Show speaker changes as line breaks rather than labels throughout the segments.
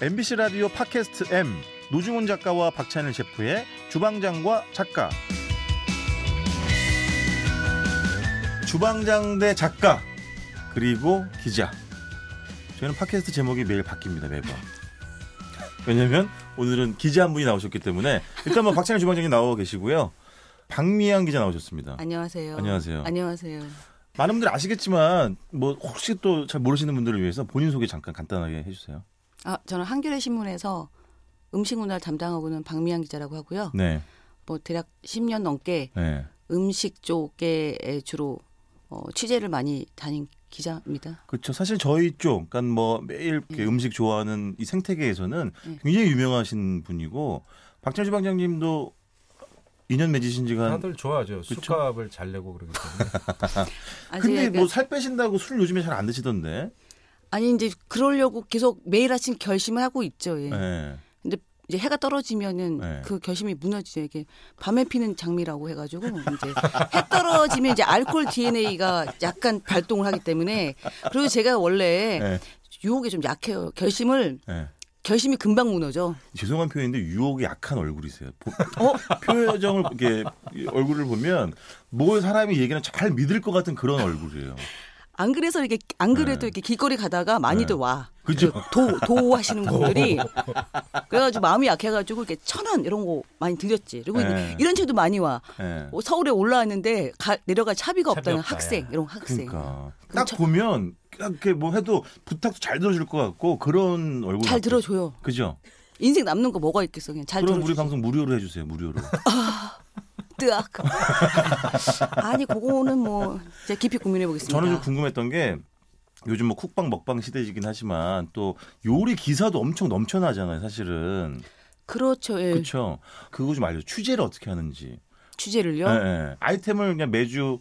MBC 라디오 팟캐스트 M 노중훈 작가와 박찬일 셰프의 주방장과 작가 주방장 대 작가 그리고 기자 저희는 팟캐스트 제목이 매일 바뀝니다 매번 왜냐면 오늘은 기자 한 분이 나오셨기 때문에 일단 뭐 박찬일 주방장님 나와 계시고요 박미양 기자
아,
나오셨습니다
네. 안녕하세요.
안녕하세요.
안녕하세요.
많은 분들 아시겠지만 뭐 혹시 또 잘 모르시는 분들을 위해서 본인 소개 잠깐 간단하게 해주세요
아, 저는 한겨레 신문에서 음식 문화 담당하고는 박미양 기자라고 하고요.
네,
뭐 대략 10년 넘게
네.
음식 쪽에 주로 어, 취재를 많이 다닌 기자입니다.
그렇죠. 사실 저희 쪽, 그러니까 뭐 매일
예.
이렇게 음식 좋아하는 이 생태계에서는
네.
굉장히 유명하신 분이고 박찬주 주방장님도 인연 맺으신 지가 한
다들 좋아하죠. 술값을 잘 내고 그러기 때문에.
아직
근데
약간-
뭐 살 빼신다고 술 요즘에 잘 안 드시던데.
아니 이제 그러려고 계속 매일 아침 결심을 하고 있죠. 예.
예. 네.
근데 이제 해가 떨어지면은
네.
그 결심이 무너지죠. 이게 밤에 피는 장미라고 해가지고 이제 해 떨어지면 이제 알코올 DNA가 약간 발동을 하기 때문에 그리고 제가 원래
네.
유혹에 좀 약해요. 결심을 결심이 금방 무너져.
예. 죄송한 표현인데 유혹이 약한 얼굴이세요. 보-
어?
표정을 이렇게 이 얼굴을 보면 뭘 사람이 얘기는 잘 믿을 것 같은 그런 얼굴이에요.
안 그래서 이렇게 안 그래도
네.
이렇게 길거리 가다가 많이들 와.
그죠?
도, 도 하시는 분들이 그래가지고 마음이 약해가지고 이렇게 천원 이런 거 많이 드렸지. 그리고
네.
이런 책도 많이 와.
예.
어, 서울에 올라왔는데 가- 내려갈 차비가
차비
없다는
없다,
학생
야.
이런 학생.
그러니까 딱
그럼 저-
보면 이렇게 뭐 해도 부탁도 잘 들어줄 것 같고 그런 얼굴 같아요.
잘 들어줘요.
그죠?
인생 남는 거 뭐가 있겠어 그냥 잘
그럼 우리
들어주고
방송 무료로 해주세요. 무료로.
뜨악. 아니 그거는 뭐 제가 깊이 고민해 보겠습니다.
저는 좀 궁금했던 게 요즘 뭐 쿡방 먹방 시대이긴 하지만 또 요리 기사도 엄청 넘쳐나잖아요. 사실은
그렇죠. 예.
그렇죠. 그거 좀 알려. 줘 취재를 어떻게 하는지.
취재를요.
예, 예. 아이템을 그냥 매주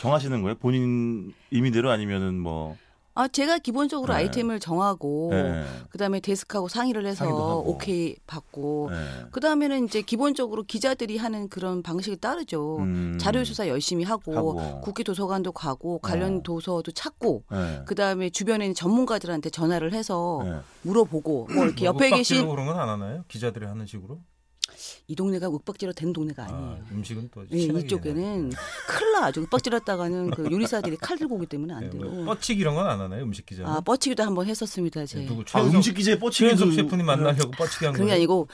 정하시는 거예요. 본인 임의대로 아니면은 뭐.
아 제가 기본적으로
네.
아이템을 정하고
예,
그다음에 데스크하고 상의를 해서
상의도 하고.
오케이 받고
예.
그다음에는 이제 기본적으로 기자들이 하는 그런 방식이 따르죠.
음.
자료 조사 열심히 하고,
하고.
국회 도서관도 가고 관련
어.
도서도 찾고
예.
그다음에 주변에 있는 전문가들한테 전화를 해서
예.
물어보고 뭐 이렇게 옆에
윽박지르고
계신
그런 건 안 하나요? 기자들이 하는 식으로?
이 동네가 윽박지로 된 동네가 아니에요.
아, 음식은 또
예,
친하게
이쪽에는 큰일 나죠. 윽박질렀다가는 그 요리사들이 칼 들고 오기 때문에 안
그냥.
돼요.
예, 뭐 뻗치기 이런 건 안 하나요? 음식 기자는?
아, 네. 뻗치기도 한번 했었습니다, 제.
예, 누구
아,
최현석,
음식 기자에 그
최현석
뻗치기도
셰프님 만나려고 뻗치기 한
그런 게
거예요?
아니고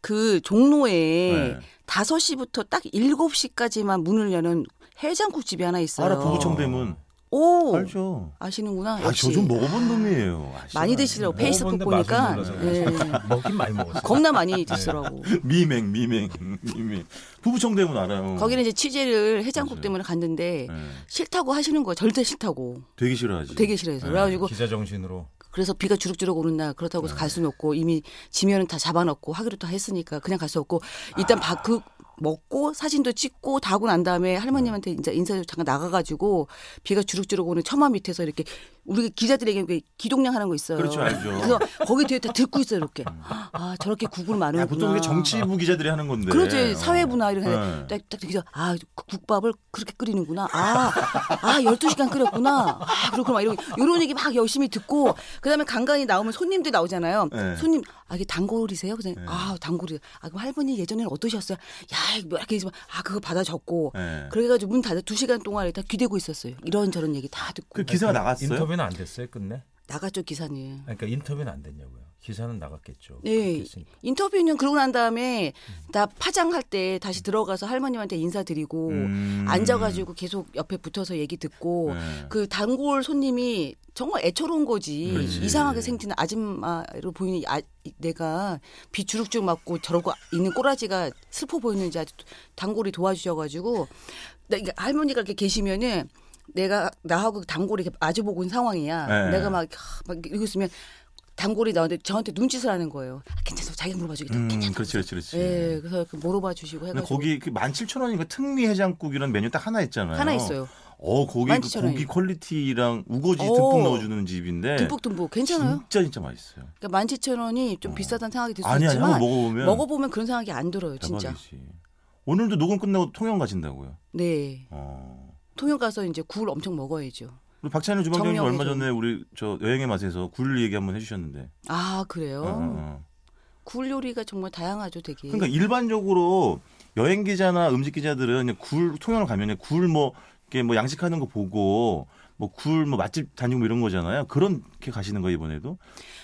그 종로에
네.
다섯 시부터딱 일곱 시까지만 문을 여는 해장국 집이 하나 있어요.
알아 부부청 대문
오!
알죠.
아시는구나.
아
역시.
저 좀 먹어본 놈이에요. 아시잖아요.
많이 드시더라고. 페이스북
먹어본데 맛은
보니까.
몰라서
예.
먹긴 많이 먹었어요.
겁나 많이 드시더라고.
음. 미맹 미맹 미맹 부부청 대문 알아요.
거기는 이제 취재를 해장국
맞아요.
때문에 갔는데
예.
싫다고 하시는 거예요. 절대 싫다고.
되게 싫어하지.
되게 싫어해서.
네.
그래가지고
기자 정신으로.
그래서 비가 주룩주룩 오는 날 그렇다고 해서 갈 수는 없고 이미 지면은 다 잡아놓고 하기로 다 했으니까 그냥 갈 수 없고 일단
아.
밥 그 먹고 사진도 찍고 다 하고 난 다음에 할머님한테
네.
이제 인사도 잠깐 나가가지고 비가 주룩주룩 오는 처마 밑에서 이렇게 우리 기자들에게 그 기동량 하는 거 있어요.
그렇죠, 알죠. 음.
그래서 거기 뒤에 다 듣고 있어요 이렇게. 아 저렇게 구글 많은
야, 보통 그게 정치부 기자들이 하는 건데.
그렇지 사회부나 이런
네.
네. 딱딱 그래서 아 국밥을 그렇게 끓이는구나 아아 12시간 끓였구나 아 그렇구나 이런 이런 얘기 막 열심히 듣고 그다음에 간간히 나오면 손님들 나오잖아요
네.
손님 아 이게 단골이세요 그래서 아 단골이 아 그럼 할머니 예전에는 어떠셨어요 야 이거 뭐 이렇게 해서 아 그거 받아 적고
네.
그래 가지고 문 닫아 2시간 동안 다 귀대고 있었어요 이런저런 얘기 다 듣고
그 기사가 나갔어요.
인터뷰는 안 됐어요, 끝내?
나갔죠 기사님
아니, 그러니까 인터뷰는 안 됐냐고요. 기사는 나갔겠죠. 그렇게
네.
했으니까.
인터뷰는 그러고 난 다음에 나 파장할 때 다시 들어가서 할머님한테 인사드리고
음.
앉아가지고 계속 옆에 붙어서 얘기 듣고
네.
그 단골 손님이 정말 애처로운 거지
그렇지.
이상하게 생기는 아줌마로 보이는 아, 이- 내가 비 주룩주룩 맞고 저러고 있는 꼬라지가 슬퍼 보이는지 아주 단골이 도와주셔가지고 나 이게 할머니가 이렇게 계시면은 내가 나하고 단골이 이렇게 마주 보고 있는 상황이야
네.
아, 내가 막, 하, 막 이러고 있으면 단골이 나한테 저한테 눈짓을 하는 거예요 아, 괜찮아 자기가 물어봐 주겠다
음,
괜찮아
그렇지, 그렇지, 그렇지.
예 그래서 이렇게 물어봐 주시고
근데
해가지고
거기 그 17,000원인가 특미 해장국 이런 메뉴 딱 하나 있잖아요.
하나 있어요
어, 거기 그
17,000원 이요.
고기 퀄리티랑 우거지
오.
듬뿍 넣어주는 집인데
듬뿍듬뿍 괜찮아요
네. 진짜 진짜 맛있어요.
그러니까 17,000원이 좀 비싸다는 생각이 들 수
아니, 아니,
있지만
한번 먹어보면
그런 생각이 안 들어요, 진짜.
대박이지. 오늘도 녹음 끝나고 통영 가신다고요.
네.
어.
통영 가서 이제 굴 엄청 먹어야죠.
우리 박찬일 주방장님
정리하고
얼마
좀.
전에 우리 저 여행의 맛에서 굴 얘기 한번 해주셨는데.
아
어,
그래요.
어, 어.
굴 요리가 정말 다양하죠, 되게.
그러니까 일반적으로 여행 기자나 음식 기자들은 그냥 굴 통영을 가면 굴뭐 이렇게 뭐 양식하는 거 보고 뭐 굴 뭐 맛집 다니고 뭐 이런 거잖아요. 그런 게 가시는 거 이번에도.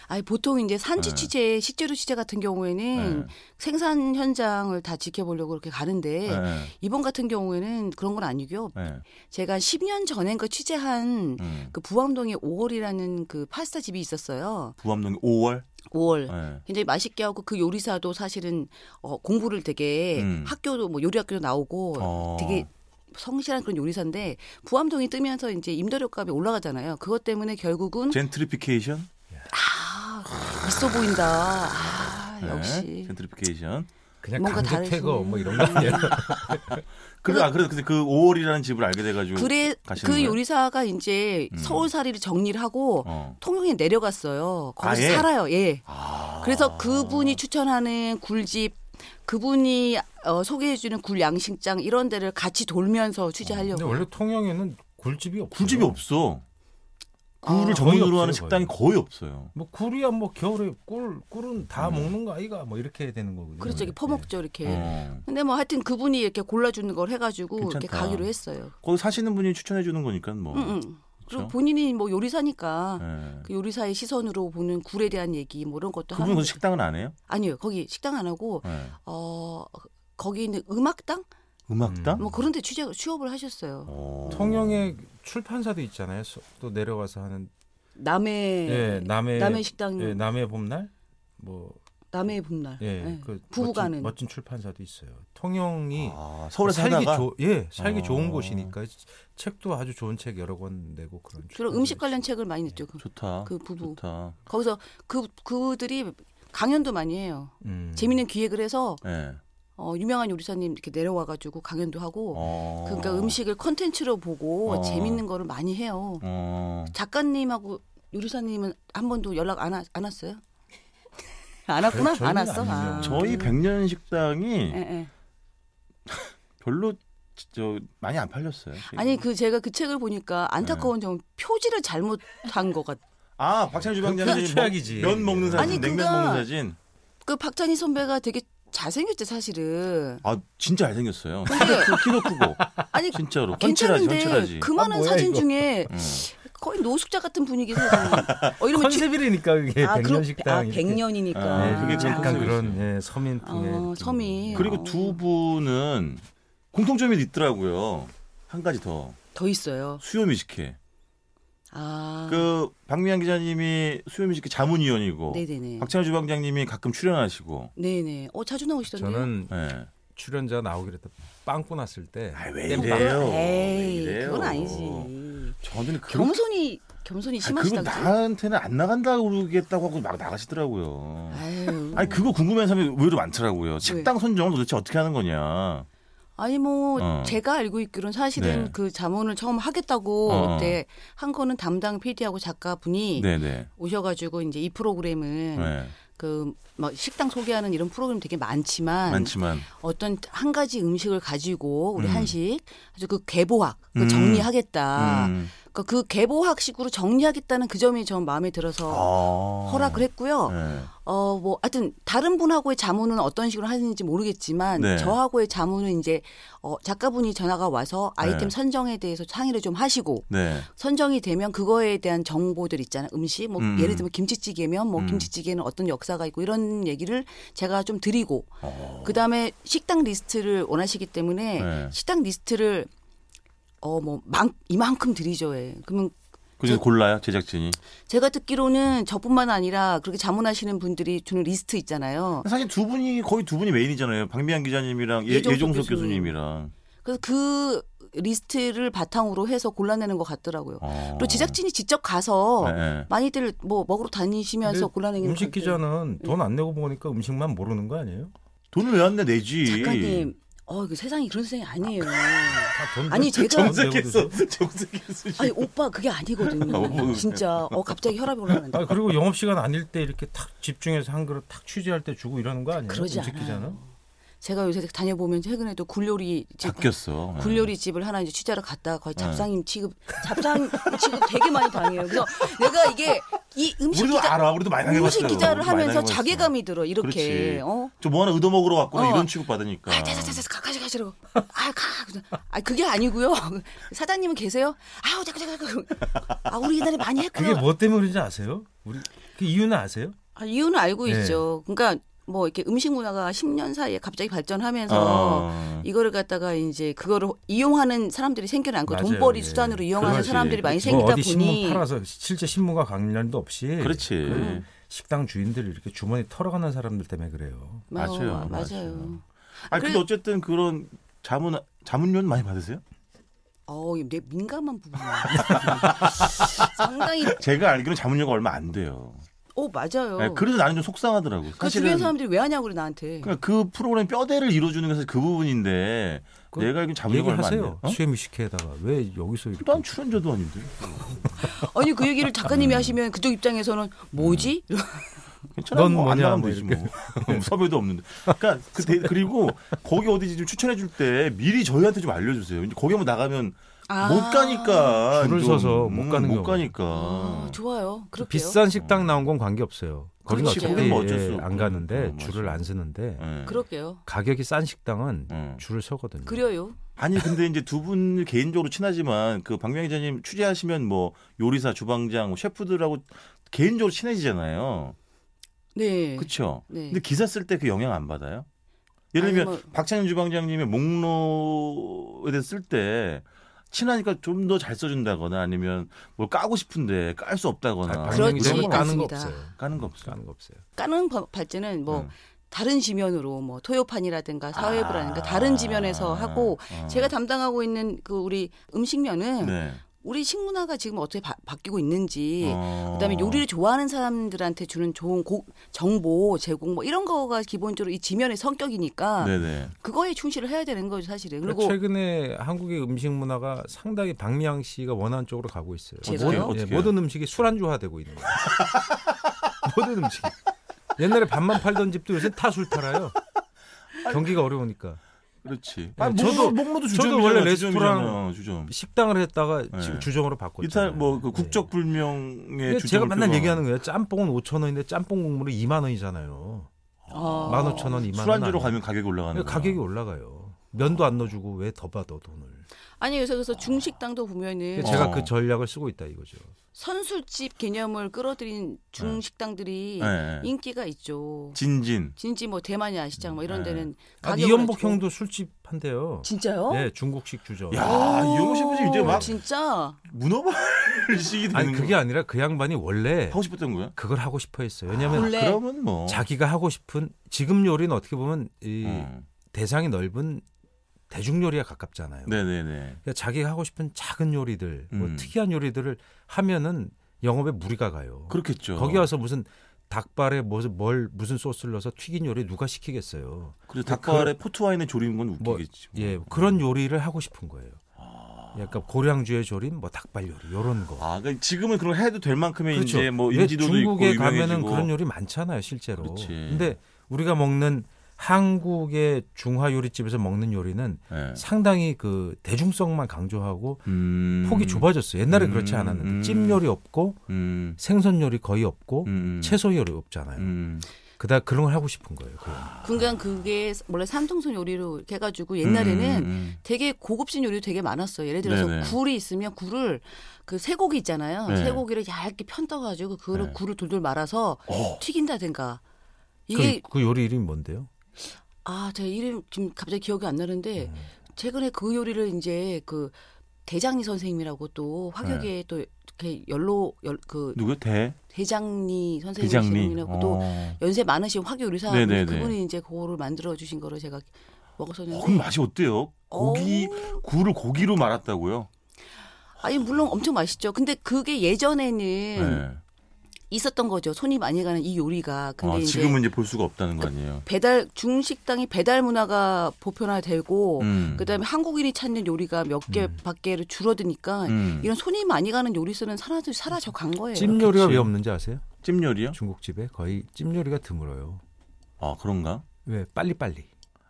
아니 보통 이제 산지
네.
취재, 식재료 취재 같은 경우에는
네.
생산 현장을 다 지켜보려고 그렇게 가는데
네,
이번 같은 경우에는 그런 건 아니고요.
네.
제가 한 10년 전엔가 취재한
음.
그 부암동에 5월이라는 그 파스타 집이 있었어요.
부암동 5월.
5월.
네.
굉장히 맛있게 하고 그 요리사도 사실은 어, 공부를 되게
음.
학교도 뭐 요리 학교도 나오고
어.
되게 성실한 그런 요리사인데 부암동이 뜨면서 이제 임대료 값이 올라가잖아요. 그것 때문에 결국은
젠트리피케이션.
아 있어 보인다. 아
네,
역시
젠트리피케이션.
그냥
뭔가 음,
강제태거
다르시네.
뭐 이런 거 아니에요?
그래 아 그래도 근데 그 5월이라는 집을 알게 돼가지고.
그래
가시는
그
거예요?
요리사가 이제
음.
서울살이를 정리를 하고
어.
통영에 내려갔어요. 거기서
예?
살아요. 예.
아.
그래서 그분이 추천하는 굴집 그분이 어, 소개해주는 굴 양식장 이런 데를 같이 돌면서
근데
음, 네.
취재하려고.
원래 통영에는 굴집이 없어요.
굴집이 없어. 굴을
아,
전문으로
거의
하는
없어요,
식당이 거의 없어요.
뭐 굴이야 뭐 겨울에 꿀 꿀은 다 먹는 거 아이가 뭐 이렇게 되는 거거든요.
음.
네.
그렇죠. 이렇게 퍼먹죠 이렇게.
어.
근데 뭐 하여튼 그분이 이렇게 골라주는 걸 해가지고 이렇게
괜찮다.
가기로 했어요.
거기 사시는 분이 추천해 주는 거니까 뭐.
응, 응. 그리고
그렇죠?
본인이 뭐 요리사니까
예.
그 요리사의 시선으로 보는 굴에 대한 얘기 뭐 이런 것도
그분
하는
그 식당은 안 해요?
아니요 거기 식당 안 하고
예.
어 거기 있는 음악당
음악당?
뭐 그런데 취재 취업을 하셨어요.
어.
통영에 출판사도 있잖아요. 수- 또 내려가서 하는
남해
네,
예, 남해
네. 남해 식당
예, 남해 봄날 뭐
남해 봄날
예,
예.
그
부부가는
멋진, 멋진 출판사도 있어요. 통영이
아, 서울에
살기
살다가
좋- 예, 살기
어.
좋은 곳이니까 책도 아주 좋은 책 여러 권 내고 그런
주로
출판사도
음식
있어요.
관련 책을 많이 냈죠. 그,
어.
좋다.
그 부부
좋다.
거기서 그 그들이 강연도 많이 해요.
음.
재밌는 기획을 해서
예.
어, 유명한 요리사님 이렇게 내려와 가지고 강연도 하고
어.
그러니까 음식을 컨텐츠로 보고
어.
재밌는 거를 많이
음.
해요.
어.
작가님하고 요리사님은 한 번도 연락 안, 하, 안 왔어요? 안 왔구나?
저희는
안 왔어?
아니면
아.
저희 백년 식당이
예, 예.
별로 저 많이 안 팔렸어요.
아니 그 제가 그 책을 보니까
예.
안타까운 점은 표지를 잘못한 것 같.
아, 박찬희 주방장님
그게 최악이지.
면 먹는 사진,
아니,
냉면
그거-
먹는 사진.
그 박찬희 선배가 되게 잘생겼대 사실은.
아, 진짜 잘 생겼어요. 그
근데
키도 크고
아니
진짜로 현칠하지, 현칠하지.
괜찮은데 그 많은
아, 뭐야,
사진
이거.
중에 거의 노숙자 같은 분위기 사진. 어 이러면 취-
컨셉이니까 그게
아, 그럼-
백년 식당
아
이렇게.
백년이니까.
아, 네,
예, 그게
아.
약간
컨셉이
그런 예, 서민풍의
어,
느낌.
서민.
그리고
어.
두 분은 공통점이 있더라고요. 한 가지 더
더 있어요.
수요 뮤직회.
아.
그 박미양 기자님이 수요 뮤직회 자문위원이고
네네네.
박찬호 주방장님이 가끔 출연하시고.
네네. 어 자주 나오시던데.
저는
예.
출연자 나오기로 했다 빵꾸 났을 때
아, 왜
땜빵.
이래요? 왜
뭐 에이,
이래요?
그건 아니지.
저는 그런
겸손이 겸손이
아니, 그리고
심하시다고.
나한테는 안 나간다고 그러겠다고 하고 막 나가시더라고요.
아유.
아니 그거 궁금한 사람이 의외로 많더라고요. 식당 선정을 도대체 어떻게 하는 거냐.
아니 뭐
어.
제가 알고 있기로는 사실은
네.
그 자문을 처음 하겠다고
어.
그때 한 거는 담당 PD하고 작가분이
네네.
오셔가지고 이제 이 프로그램은
네.
그 막 식당 소개하는 이런 프로그램 되게 많지만
많지만
어떤 한 가지 음식을 가지고 우리
음.
한식 아주 그 개보학 그
음.
정리하겠다.
음.
그러니까 그 개보학식으로 정리하겠다는 그 점이 전 마음에 들어서
아.
허락을 했고요.
네.
어 뭐 하여튼 다른 분하고의 자문은 어떤 식으로 하는지 모르겠지만
네.
저하고의 자문은 이제 어 작가분이 전화가 와서 아이템
네.
선정에 대해서 상의를 좀 하시고
네.
선정이 되면 그거에 대한 정보들 있잖아요. 음식 뭐
음.
예를 들면 김치찌개면 뭐
음.
김치찌개는 어떤 역사가 있고 이런 얘기를 제가 좀 드리고
어.
그다음에 식당 리스트를 원하시기 때문에
네.
식당 리스트를 어뭐 이만큼 드리죠. 예. 그러면
그중에
저-
골라요 제작진이.
제가 듣기로는 저뿐만 아니라 그렇게 자문하시는 분들이 주는 리스트 있잖아요.
사실 두 분이 거의 두 분이 메인이잖아요. 박미양 기자님이랑 예,
예종석
예종석
교수님.
교수님이랑.
그래서 그 리스트를 바탕으로 해서 골라내는 것 같더라고요.
어.
그리고 제작진이 직접 가서
네, 네.
많이들 뭐 먹으러 다니시면서
근데
골라내는
음식
것 예.
기자는 돈 안 내고 먹으니까 음식만 모르는 거 아니에요?
돈을 왜 안 내 내지.
같아요. 작가님, 어, 그 세상이 그런 세상이 아니에요.
다돈
아니, 제가-
정색했어. 정색했어.
아니 오빠 그게
뭐,
아니거든요. 진짜 어 갑자기 혈압이 올라가는데.
아 그리고 영업 시간 아닐 때 이렇게 탁 집중해서 한 그릇 탁 취재할 때 주고 이러는 거 아니에요?
그러지
음식
않아요.
기자는?
제가 요새 다녀보면 최근에도 굴요리 집
바뀌었어. 예.
굴요리 집을 하나 이제 취재하러 갔다가 거의
네.
잡상임 취급 잡상 취급 되게 많이 당해요. 그래서 내가 이게 이 음식
우리도
기자
알아. 우리도 많이
음식
당해봤어요.
기자를
우리도 많이
하면서
당해봤어요.
자괴감이 들어 이렇게
그렇지.
어.
저뭐 하나 의도 먹으러 왔고
어.
이런 취급 받으니까.
그러니까.
아, 자자자자 가까이 가시라고. 아, 가. 그래서, 아, 그게 아니고요. 사장님은 계세요? 아우, 자꾸 자꾸 자꾸. 아, 우리 옛날에 많이 했구나.
그게 뭐 때문인지 아세요? 우리 그 이유는 아세요?
아, 이유는 알고
네.
있죠. 그러니까 뭐 이렇게 음식 문화가 10년 사이에 갑자기 발전하면서
아.
어.
이거를 갖다가 이제 그거를 이용하는 사람들이 생겨난 거
맞아요.
돈벌이
예.
수단으로 이용하는
그렇지.
사람들이 많이
뭐
생기다
어디 신문
보니
팔아서 실제 신문과 관련도 없이
그렇지.
그 식당 주인들을 이렇게 주머니 털어가는 사람들 때문에 그래요.
맞아요.
뭐, 맞아요.
맞아요.
맞아요.
아 근데
그래-
어쨌든 그런 자문 자문료는 많이 받으세요?
어, 이거 내 민감한 부분이야. 상당히
제가 알기로는 자문료가 얼마 안 돼요.
어, 맞아요.
네,
예, 그래서 나는 좀 속상하더라고.
그
사실은
주변 사람들이 왜 하냐고 그래 나한테.
그러니까 그 프로그램 뼈대를 이루어주는 게 사실 그 부분인데
그
내가 알기로 자문료가 얼마 안 돼요.
얘기하세요.
어?
수혜미식회에다가 왜 여기서 이렇게
난 출연자도 아닌데.
아니 그 얘기를
네.
작가님이 하시면 그쪽 입장에서는 뭐지?
음.
이러-
괜찮아.
넌
뭐
뭐냐,
안 나가면
뭐
되지 뭐. 섭외도 없는데. 그러니까 그 대- 그리고 거기 어디지 좀 추천해 줄 때 미리 저희한테 좀 알려 주세요. 이제 거기 한번 나가면
아.
못 가니까
줄을
좀, 음,
서서 못 가는
못
경우.
가니까.
아, 좋아요. 그렇게요.
비싼 식당 나온 건 관계 없어요. 거기는
그렇지.
어차피
거긴
어. 뭐 어쩔 수
예,
없고.
안 가는데
어, 맞아.
줄을 안 쓰는데
예.
그럴게요.
가격이 싼 식당은
음.
줄을 서거든요.
그려요.
아니 근데 이제 두 분 개인적으로 친하지만 그 박명 기자님 취재하시면 뭐 요리사, 주방장, 뭐 셰프들하고 개인적으로 친해지잖아요.
네.
그렇죠.
네.
근데 기사 쓸 때 그 영향 안 받아요? 예를
아니,
들면
뭐-
박찬현 주방장님의 목록에 대해서 쓸 때 친하니까 좀 더 잘 써준다거나 아니면 뭘 까고 싶은데 깔 수 없다거나
아,
그렇지
방향이 되면 까는 거
않습니다.
없어요.
까는 거 없어.
까는 거 없어요.
까는 바- 발제는 뭐
음.
다른 지면으로 뭐 토요판이라든가 사회부라든가
아.
다른 지면에서 하고
아.
제가 담당하고 있는 그 우리 음식면은
네.
우리 식문화가 지금 어떻게 바, 뀌고 있는지
어.
그다음에 요리를 좋아하는 사람들한테 주는 좋은 고- 정보 제공 뭐 이런 거가 기본적으로 이 지면의 성격이니까
네네.
그거에 충실을 해야 되는 거죠 사실은
그리고
그리고
최근에 한국의 음식 문화가 상당히 박미양 씨가 원하는 쪽으로 가고 있어요.
제가요?
모든,
어떻게요?
예,
어떻게요?
모든 음식이 술안주화되고 있는 거예요. 모든 음식. 옛날에 밥만 팔던 집도 요새 타술 팔아요. 경기가 어려우니까
그렇지.
예,
아,
저도-
저도 목록도
저도
주점이잖아.
원래
주점이잖아, 주점.
식당을 했다가
예.
지금 주정으로 바꿨죠.
이탈 뭐그 국적 불명의
예.
주점.
제가 맨날 얘기하는 거예요. 짬뽕은 5천 원인데 짬뽕 국물은 2만 원이잖아요.
어,
15,000원, 2만 원.
술안주로
아니에요. 그러니까
가면 가격이 올라가는 거야.
가격이 올라가요. 면도 안 넣어주고 왜 더 받아 돈을?
아니 그래서 그래서 중식당도 보면은
어.
제가 그 전략을 쓰고 있다 이거죠.
선술집 개념을 끌어들인 예. 중식당들이
네.
인기가 있죠.
진진.
진지 뭐 대만야 시장 뭐 이런
네.
데는
아,
가격을
이연복
가지고-
형도 술집 한대요.
진짜요?
네, 중국식 주죠.
야,
오,
아, 이영호 셰프님 이제 막
진짜
문어발식이 되는
아니 그게
거.
아니라 그 양반이 원래
하고 싶었던 거야?
그걸 하고 싶어 했어요. 왜냐하면
원래
그러면 뭐
자기가 하고 싶은 지금 요리는 어떻게 보면 이
음.
대상이 넓은 대중 요리에 가깝잖아요.
네네네.
그러니까 자기가 하고 싶은 작은 요리들, 뭐
음.
특이한 요리들을 하면은 영업에 무리가 가요.
그렇겠죠.
거기 와서 무슨 닭발에 무슨 뭘 무슨 소스를 넣어서 튀긴 요리 누가 시키겠어요.
그리고 닭발에 포트 와인에 조리는 건
뭐,
웃기겠지. 뭐.
예, 그런 요리를 하고 싶은 거예요. 약간 고량주의 조림, 뭐 닭발 요리 이런 거.
아, 그러니까 지금은 그런 거 해도 될 만큼의 이제 뭐
그렇죠. 왜
인지도도
중국에
있고
가면은
유명해지고.
그런 요리 많잖아요, 실제로.
그렇지.
근데 우리가 먹는 한국의 중화 요리집에서 먹는 요리는
예.
상당히 그 대중성만 강조하고
음.
폭이 좁아졌어요. 옛날에
음,
그렇지 않았는데
음.
찜 요리 없고
음.
생선 요리 거의 없고
음.
채소 요리 없잖아요.
음. 아.
그다 그런 걸 하고 싶은 거예요. 그거.
그러니까 그게 원래 삼통선 요리로 이렇게 해가지고 옛날에는
음, 음.
되게 고급진 요리도 되게 많았어요. 예를 들어서
네네.
굴이 있으면 굴을 그 쇠고기 있잖아요.
네.
쇠고기를 얇게 편떠가지고 그거를
네.
굴을 돌돌 말아서
어.
튀긴다든가 이게
그러니까
그, 그 요리 이름이 뭔데요?
아, 제 이름 지금 갑자기 기억이 안
네.
나는데 최근에 그 요리를 이제 그 대장리 선생님이라고 또 화격에
네.
또 이렇게 연로 연, 그
누구요? 대?
대장리
대장리.
선생님이라고 또 네.
어.
연세 많으신 화교 요리사
네네네.
그분이 이제 그거를 만들어 주신 거를 제가
어,
먹었었는데
그럼 맛이 어때요? 고기 굴을 고기로 말았다고요?
아니 물론 엄청 맛있죠. 근데 그게 예전에는
네.
있었던 거죠. 손이 많이 가는 이 요리가. 근데
아,
이제
지금은 이제 볼 수가 없다는 거 아니에요?
배달 중식당이 배달 문화가 보편화되고
음.
그다음에 한국인이 찾는 요리가 몇 개밖에 줄어드니까
음.
이런 손이 많이 가는 요리수는 사라져 사라져 간 거예요.
찜 요리가
그치.
왜 없는지 아세요?
찜 요리요?
중국집에 거의 찜 요리가 드물어요.
아 그런가?
왜 빨리 빨리.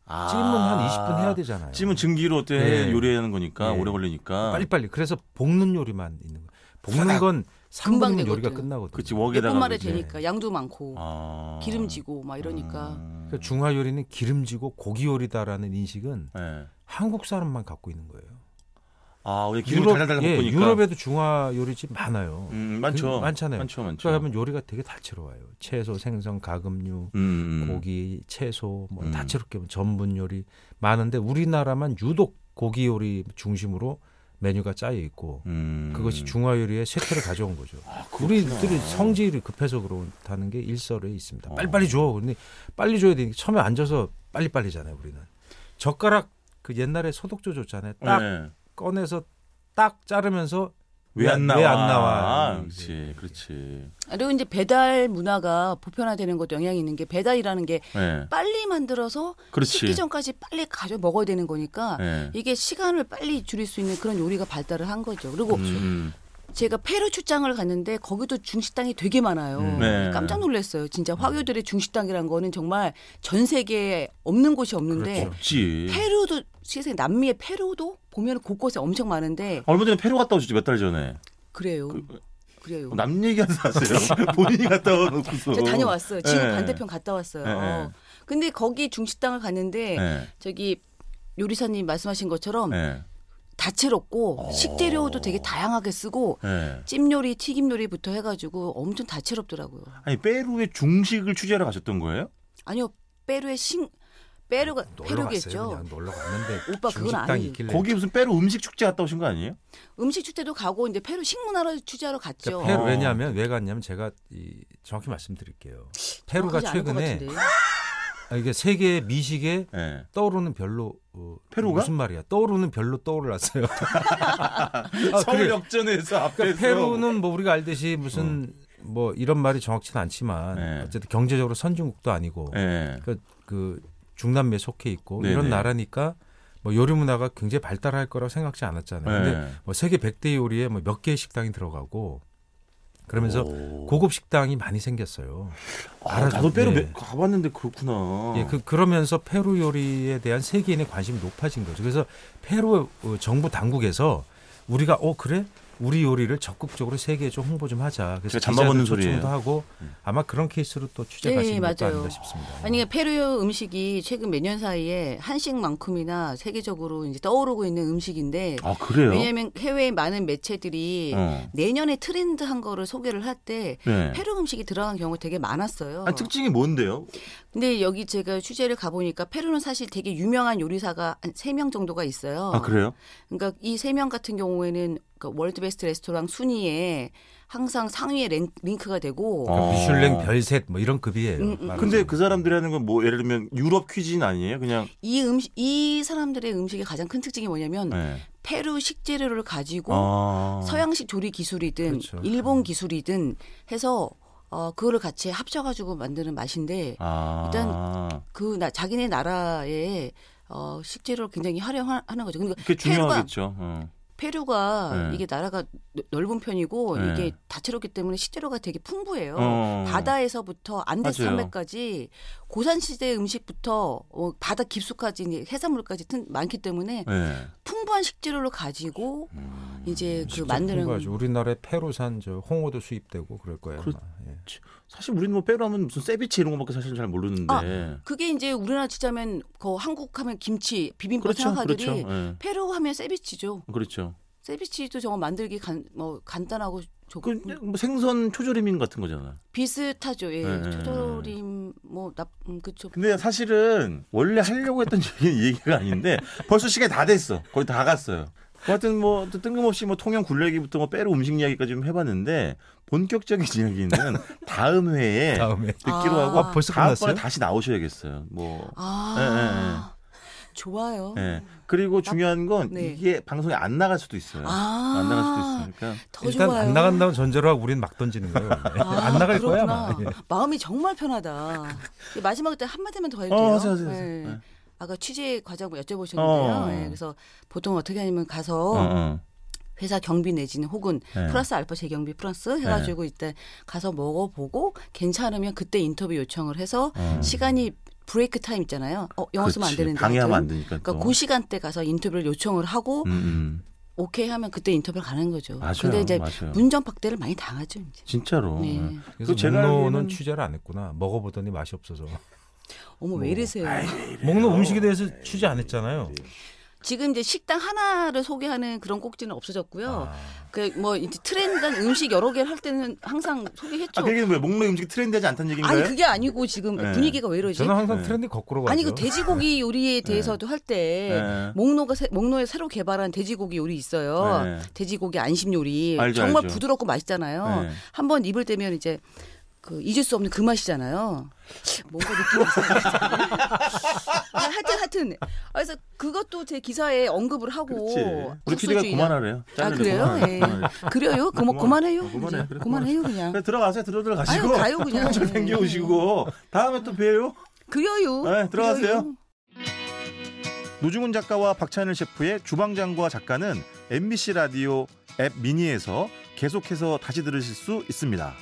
아.
찜은 한 20분 해야 되잖아요.
찜은 아. 증기로 때
네.
요리하는 거니까
네.
오래 걸리니까.
빨리빨리. 그래서 볶는 요리만 있는 거예요. 볶는 건 3분
금방
요리가
되거든.
끝나거든요.
그치
예쁜
웍에다가
말에
그지.
되니까 양도 많고
아.
기름지고 막 이러니까
음.
그러니까 중화 요리는 기름지고 고기 요리다라는 인식은
네.
한국 사람만 갖고 있는 거예요.
아, 우리 기름 달달달달
예,
볶으니까.
유럽에도 중화 요리집 많아요.
음, 많죠.
그- 많잖아요.
많죠, 많죠.
그러니까 하면 요리가 되게 다채로워요. 채소, 생선, 가금류,
음, 음.
고기, 채소, 뭐
음.
다채롭게 보면 전분 요리 많은데 우리나라만 유독 고기 요리 중심으로 메뉴가 짜여 있고
음. 아,
그것이 중화 요리의 쇠퇴를 가져온 거죠. 우리들이 성질이 급해서 그렇다는 게 일설에 있습니다.
어.
빨리빨리 줘. 그런데 빨리 줘야 되니까 처음에 앉아서 빨리빨리잖아요. 우리는 젓가락 그 옛날에 소독조 줬잖아요. 딱
네.
꺼내서 딱 자르면서
왜안 나와?
왜안 나와? 네.
아, 그렇지, 그렇지.
그리고 이제 배달 문화가 보편화되는 것도 영향이 있는 게 배달이라는 게
네.
빨리 만들어서
그렇지.
식기 전까지 빨리 가져 먹어야 되는 거니까
네.
이게 시간을 빨리 줄일 수 있는 그런 요리가 발달을 한 거죠. 그리고
음.
제가 페루 출장을 갔는데 거기도 중식당이 되게 많아요.
음.
네.
깜짝 놀랐어요. 진짜 화교들의 중식당이란 거는 정말 전 세계에 없는 곳이 없는데
그렇죠.
없지.
페루도 세상에 남미의 페루도 보면 곳곳에 엄청 많은데
얼마 전에 페루 갔다 오셨지 몇 달 전에.
그래요.
그-
그, 래요
남 얘기하지 마세요. 본인이 갔다
그,
와놓고서.
제가 다녀왔어요. 지금
예.
네.
반대편 갔다 왔어요.
네, 네.
근데 거기 중식당을 갔는데
예.
네.
저기 요리사님 말씀하신 것처럼
네.
다채롭고
어.
식재료도 되게 다양하게 쓰고
네.
찜 요리, 튀김 요리부터 해가지고 엄청 다채롭더라고요.
아니 페루의 중식을 취재하러 가셨던 거예요?
아니요, 페루의 신 페루가
놀러 아, 갔어요.
페루겠죠.
그냥 놀러 갔는데
오빠, 그건
중식당
아니에요.
있길래
거기 무슨 페루 음식 축제 갔다 오신 거 아니에요?
음식 축제도 가고 이제 페루 식문화를 취재하러 갔죠.
그러니까 페루
어.
왜냐하면 왜 갔냐면 제가 이 정확히 말씀드릴게요. 페루가
정확하지 않을 아, 것
최근에
같은데.
아, 이게 세계 미식의
네.
떠오르는 별로 어,
페루가?
무슨 말이야? 떠오르는 별로 떠올랐어요. 아,
서울
그래요.
역전에서 앞에서
그러니까 페루는 뭐 우리가 알듯이 무슨 뭐 이런 말이 정확치는 않지만
어. 네.
어쨌든 경제적으로 선진국도 아니고
예.
그러니까 그 중남미에 속해 있고
네네.
이런 나라니까 뭐 요리 문화가 굉장히 발달할 거라고 생각지 않았잖아요. 근데
예.
뭐 세계 100대 요리에 뭐 몇 개의 식당이 들어가고 그러면서
오.
고급 식당이 많이 생겼어요.
아,
알아줬네.
나도 페루 몇- 가봤는데 그렇구나.
예, 그, 그러면서 페루 요리에 대한 세계인의 관심이 높아진 거죠. 그래서 페루 어, 정부 당국에서 우리가 어 그래 우리 요리를 적극적으로 세계에 좀 홍보 좀 하자. 그래서
제가 잠바 벗는
기자들 초청도
소리예요. 음.
하고 아마 그런 케이스로 또 취재
예,
가시는
예,
것도
맞아요.
아닌가 싶습니다.
아니 그러니까 페루 음식이 최근 몇 년 사이에 한식만큼이나 세계적으로 이제 떠오르고 있는 음식인데
아 그래요?
왜냐하면 해외 많은 매체들이
어.
내년에 트렌드한 거를 소개를 할 때
네.
페루 음식이 들어간 경우 되게 많았어요.
아 특징이 뭔데요?
근데 여기 제가 취재를 가보니까 페루는 사실 되게 유명한 요리사가 한 세 명 정도가 있어요.
아 그래요?
그러니까 이 세 명 같은 경우에는 그러니까 월드 베스트 레스토랑 순위에 항상 상위에 랭, 링크가 되고
어.
그러니까 미슐랭 별셋 뭐 이런 급이에요.
음, 음.
말하자면.
근데 그 사람들이 하는 건 뭐 예를 들면 유럽 퀴즈는 아니에요? 그냥
이 음식 이 사람들의 음식의 가장 큰 특징이 뭐냐면
네.
페루 식재료를 가지고
아.
서양식 조리 기술이든
그렇죠.
음.
일본 기술이든 해서 어 그거를 같이 합쳐가지고 만드는 맛인데
아.
일단 그 나 자기네 나라의 어 식재료를 굉장히 활용하는 거죠. 그러니까
그게 중요하겠죠. 어.
페루가
네.
이게 나라가 넓- 넓은 편이고
네.
이게 다채롭기 때문에 식재료가 되게 풍부해요.
어.
바다에서부터 안데스
맞아요.
산맥까지 고산 시대 음식부터 어, 바다 깊숙까지 이제 해산물까지 튼- 많기 때문에
네.
풍부한 식재료를 가지고
음.
이제 그
직접
만드는
홍보하죠. 우리나라에 페루산 저 홍어도 수입되고 그럴 거예요.
그렇-
아마. 예.
사실 우리는 뭐 페루 하면 무슨 세비체 이런 것밖에 사실 잘 모르는데.
그게 이제 우리나라 치자면 그 한국 하면 김치 비빔밥
그렇죠,
생각하들이
그렇죠. 예.
페루 하면 세비치죠.
그렇죠.
세비치도 저거 만들기 간, 뭐 간단하고 좋
그, 뭐 생선 초조림인 같은 거잖아.
비슷하죠. 예.
네.
초돌림 뭐나 음, 그쵸.
근데 사실은 원래 하려고 했던 얘기는 얘기가 아닌데 벌써 시간이 다 됐어. 거의 다 갔어요. 뭐 하여튼 뭐 뜬금없이 뭐 통영 굴레기부터 뭐 빼로 음식 이야기까지 좀 해봤는데 본격적인 이야기는 다음 회에
다음에
듣기로
아.
하고
아,
벌써
다음번에
끝났어요?
다시 나오셔야겠어요. 뭐
아
네.
좋아요.
예. 그리고 중요한 건
네.
이게 방송에 안 나갈 수도 있어요.
아,
안 나갈 수도 있으니까.
더
일단
좋아요.
안 나간다는 전제로 하고 우리는 막 던지는 거예요.
아,
안 나갈
그렇구나.
거야. 아마. 예.
마음이 정말 편하다. 마지막 때 한마디만 더 해도 돼요.
어, 하세요, 하세요, 하세요.
예.
네.
아까 취재 과정 뭐 여쭤보셨는데요.
어.
예, 그래서 보통 어떻게 하냐면 가서
어, 어.
회사 경비 내지는 혹은
예.
플러스 알파 재경비 플러스 해가지고 이때 가서 먹어보고 괜찮으면 그때 인터뷰 요청을 해서
음.
시간이 브레이크 타임 있잖아요. 어, 영어 쓰면 안
그렇지.
되는데.
방해하면 안
하여튼.
되니까.
그러니까
또.
그 시간대 가서 인터뷰를 요청을 하고
음, 음.
오케이 하면 그때 인터뷰를 가는 거죠.
맞아요.
근데 이제
맞아요.
문전 박대를 많이 당하죠, 이제.
진짜로.
네.
예.
그래서
제가
목노는
알기로는-
취재를 안 했구나. 먹어보더니 맛이 없어서.
어머
뭐.
왜 이러세요?
목노 음식에 대해서 취재 안 했잖아요.
지금 이제 식당 하나를 소개하는 그런 꼭지는 없어졌고요.
아,
그 뭐 이제 트렌드한 음식 여러 개를 할 때는 항상 소개했죠.
아, 그게 뭐야? 목록 음식이 트렌디하지 않다는 얘기인가요?
아니 그게 아니고 지금
네.
분위기가 왜 이러지?
저는 항상
네.
트렌드 거꾸로 가죠.
아니 그 돼지고기 요리에 대해서도 할 때
네.
목노가 새- 목노에 새로 개발한 돼지고기 요리 있어요.
네.
돼지고기 안심 요리
알죠,
정말
알죠.
부드럽고 맛있잖아요.
네.
한번 입을 대면 이제 그 잊을 수 없는 그 맛이잖아요. 뭔가 느낌이 있어요. 네, 하여튼 하여튼 그래서 그것도 제 기사에 언급을 하고
그렇지. 우리 PD가
국소주의나-
그만하래요.
아
자르려고.
그래요? 예. 그래요? 뭐 그만
그만-
그만해요.
그만해.
그냥.
그래,
그만해요 그냥.
그래, 들어가세요. 들어 들어가시고.
아유, 가요, 그냥.
통좀 챙겨오시고 다음에 또 봬요.
그래요.
네, 들어가세요.
그래요.
노중훈 작가와 박찬일 셰프의 주방장과 작가는 MBC 라디오 앱 미니에서 계속해서 다시 들으실 수 있습니다.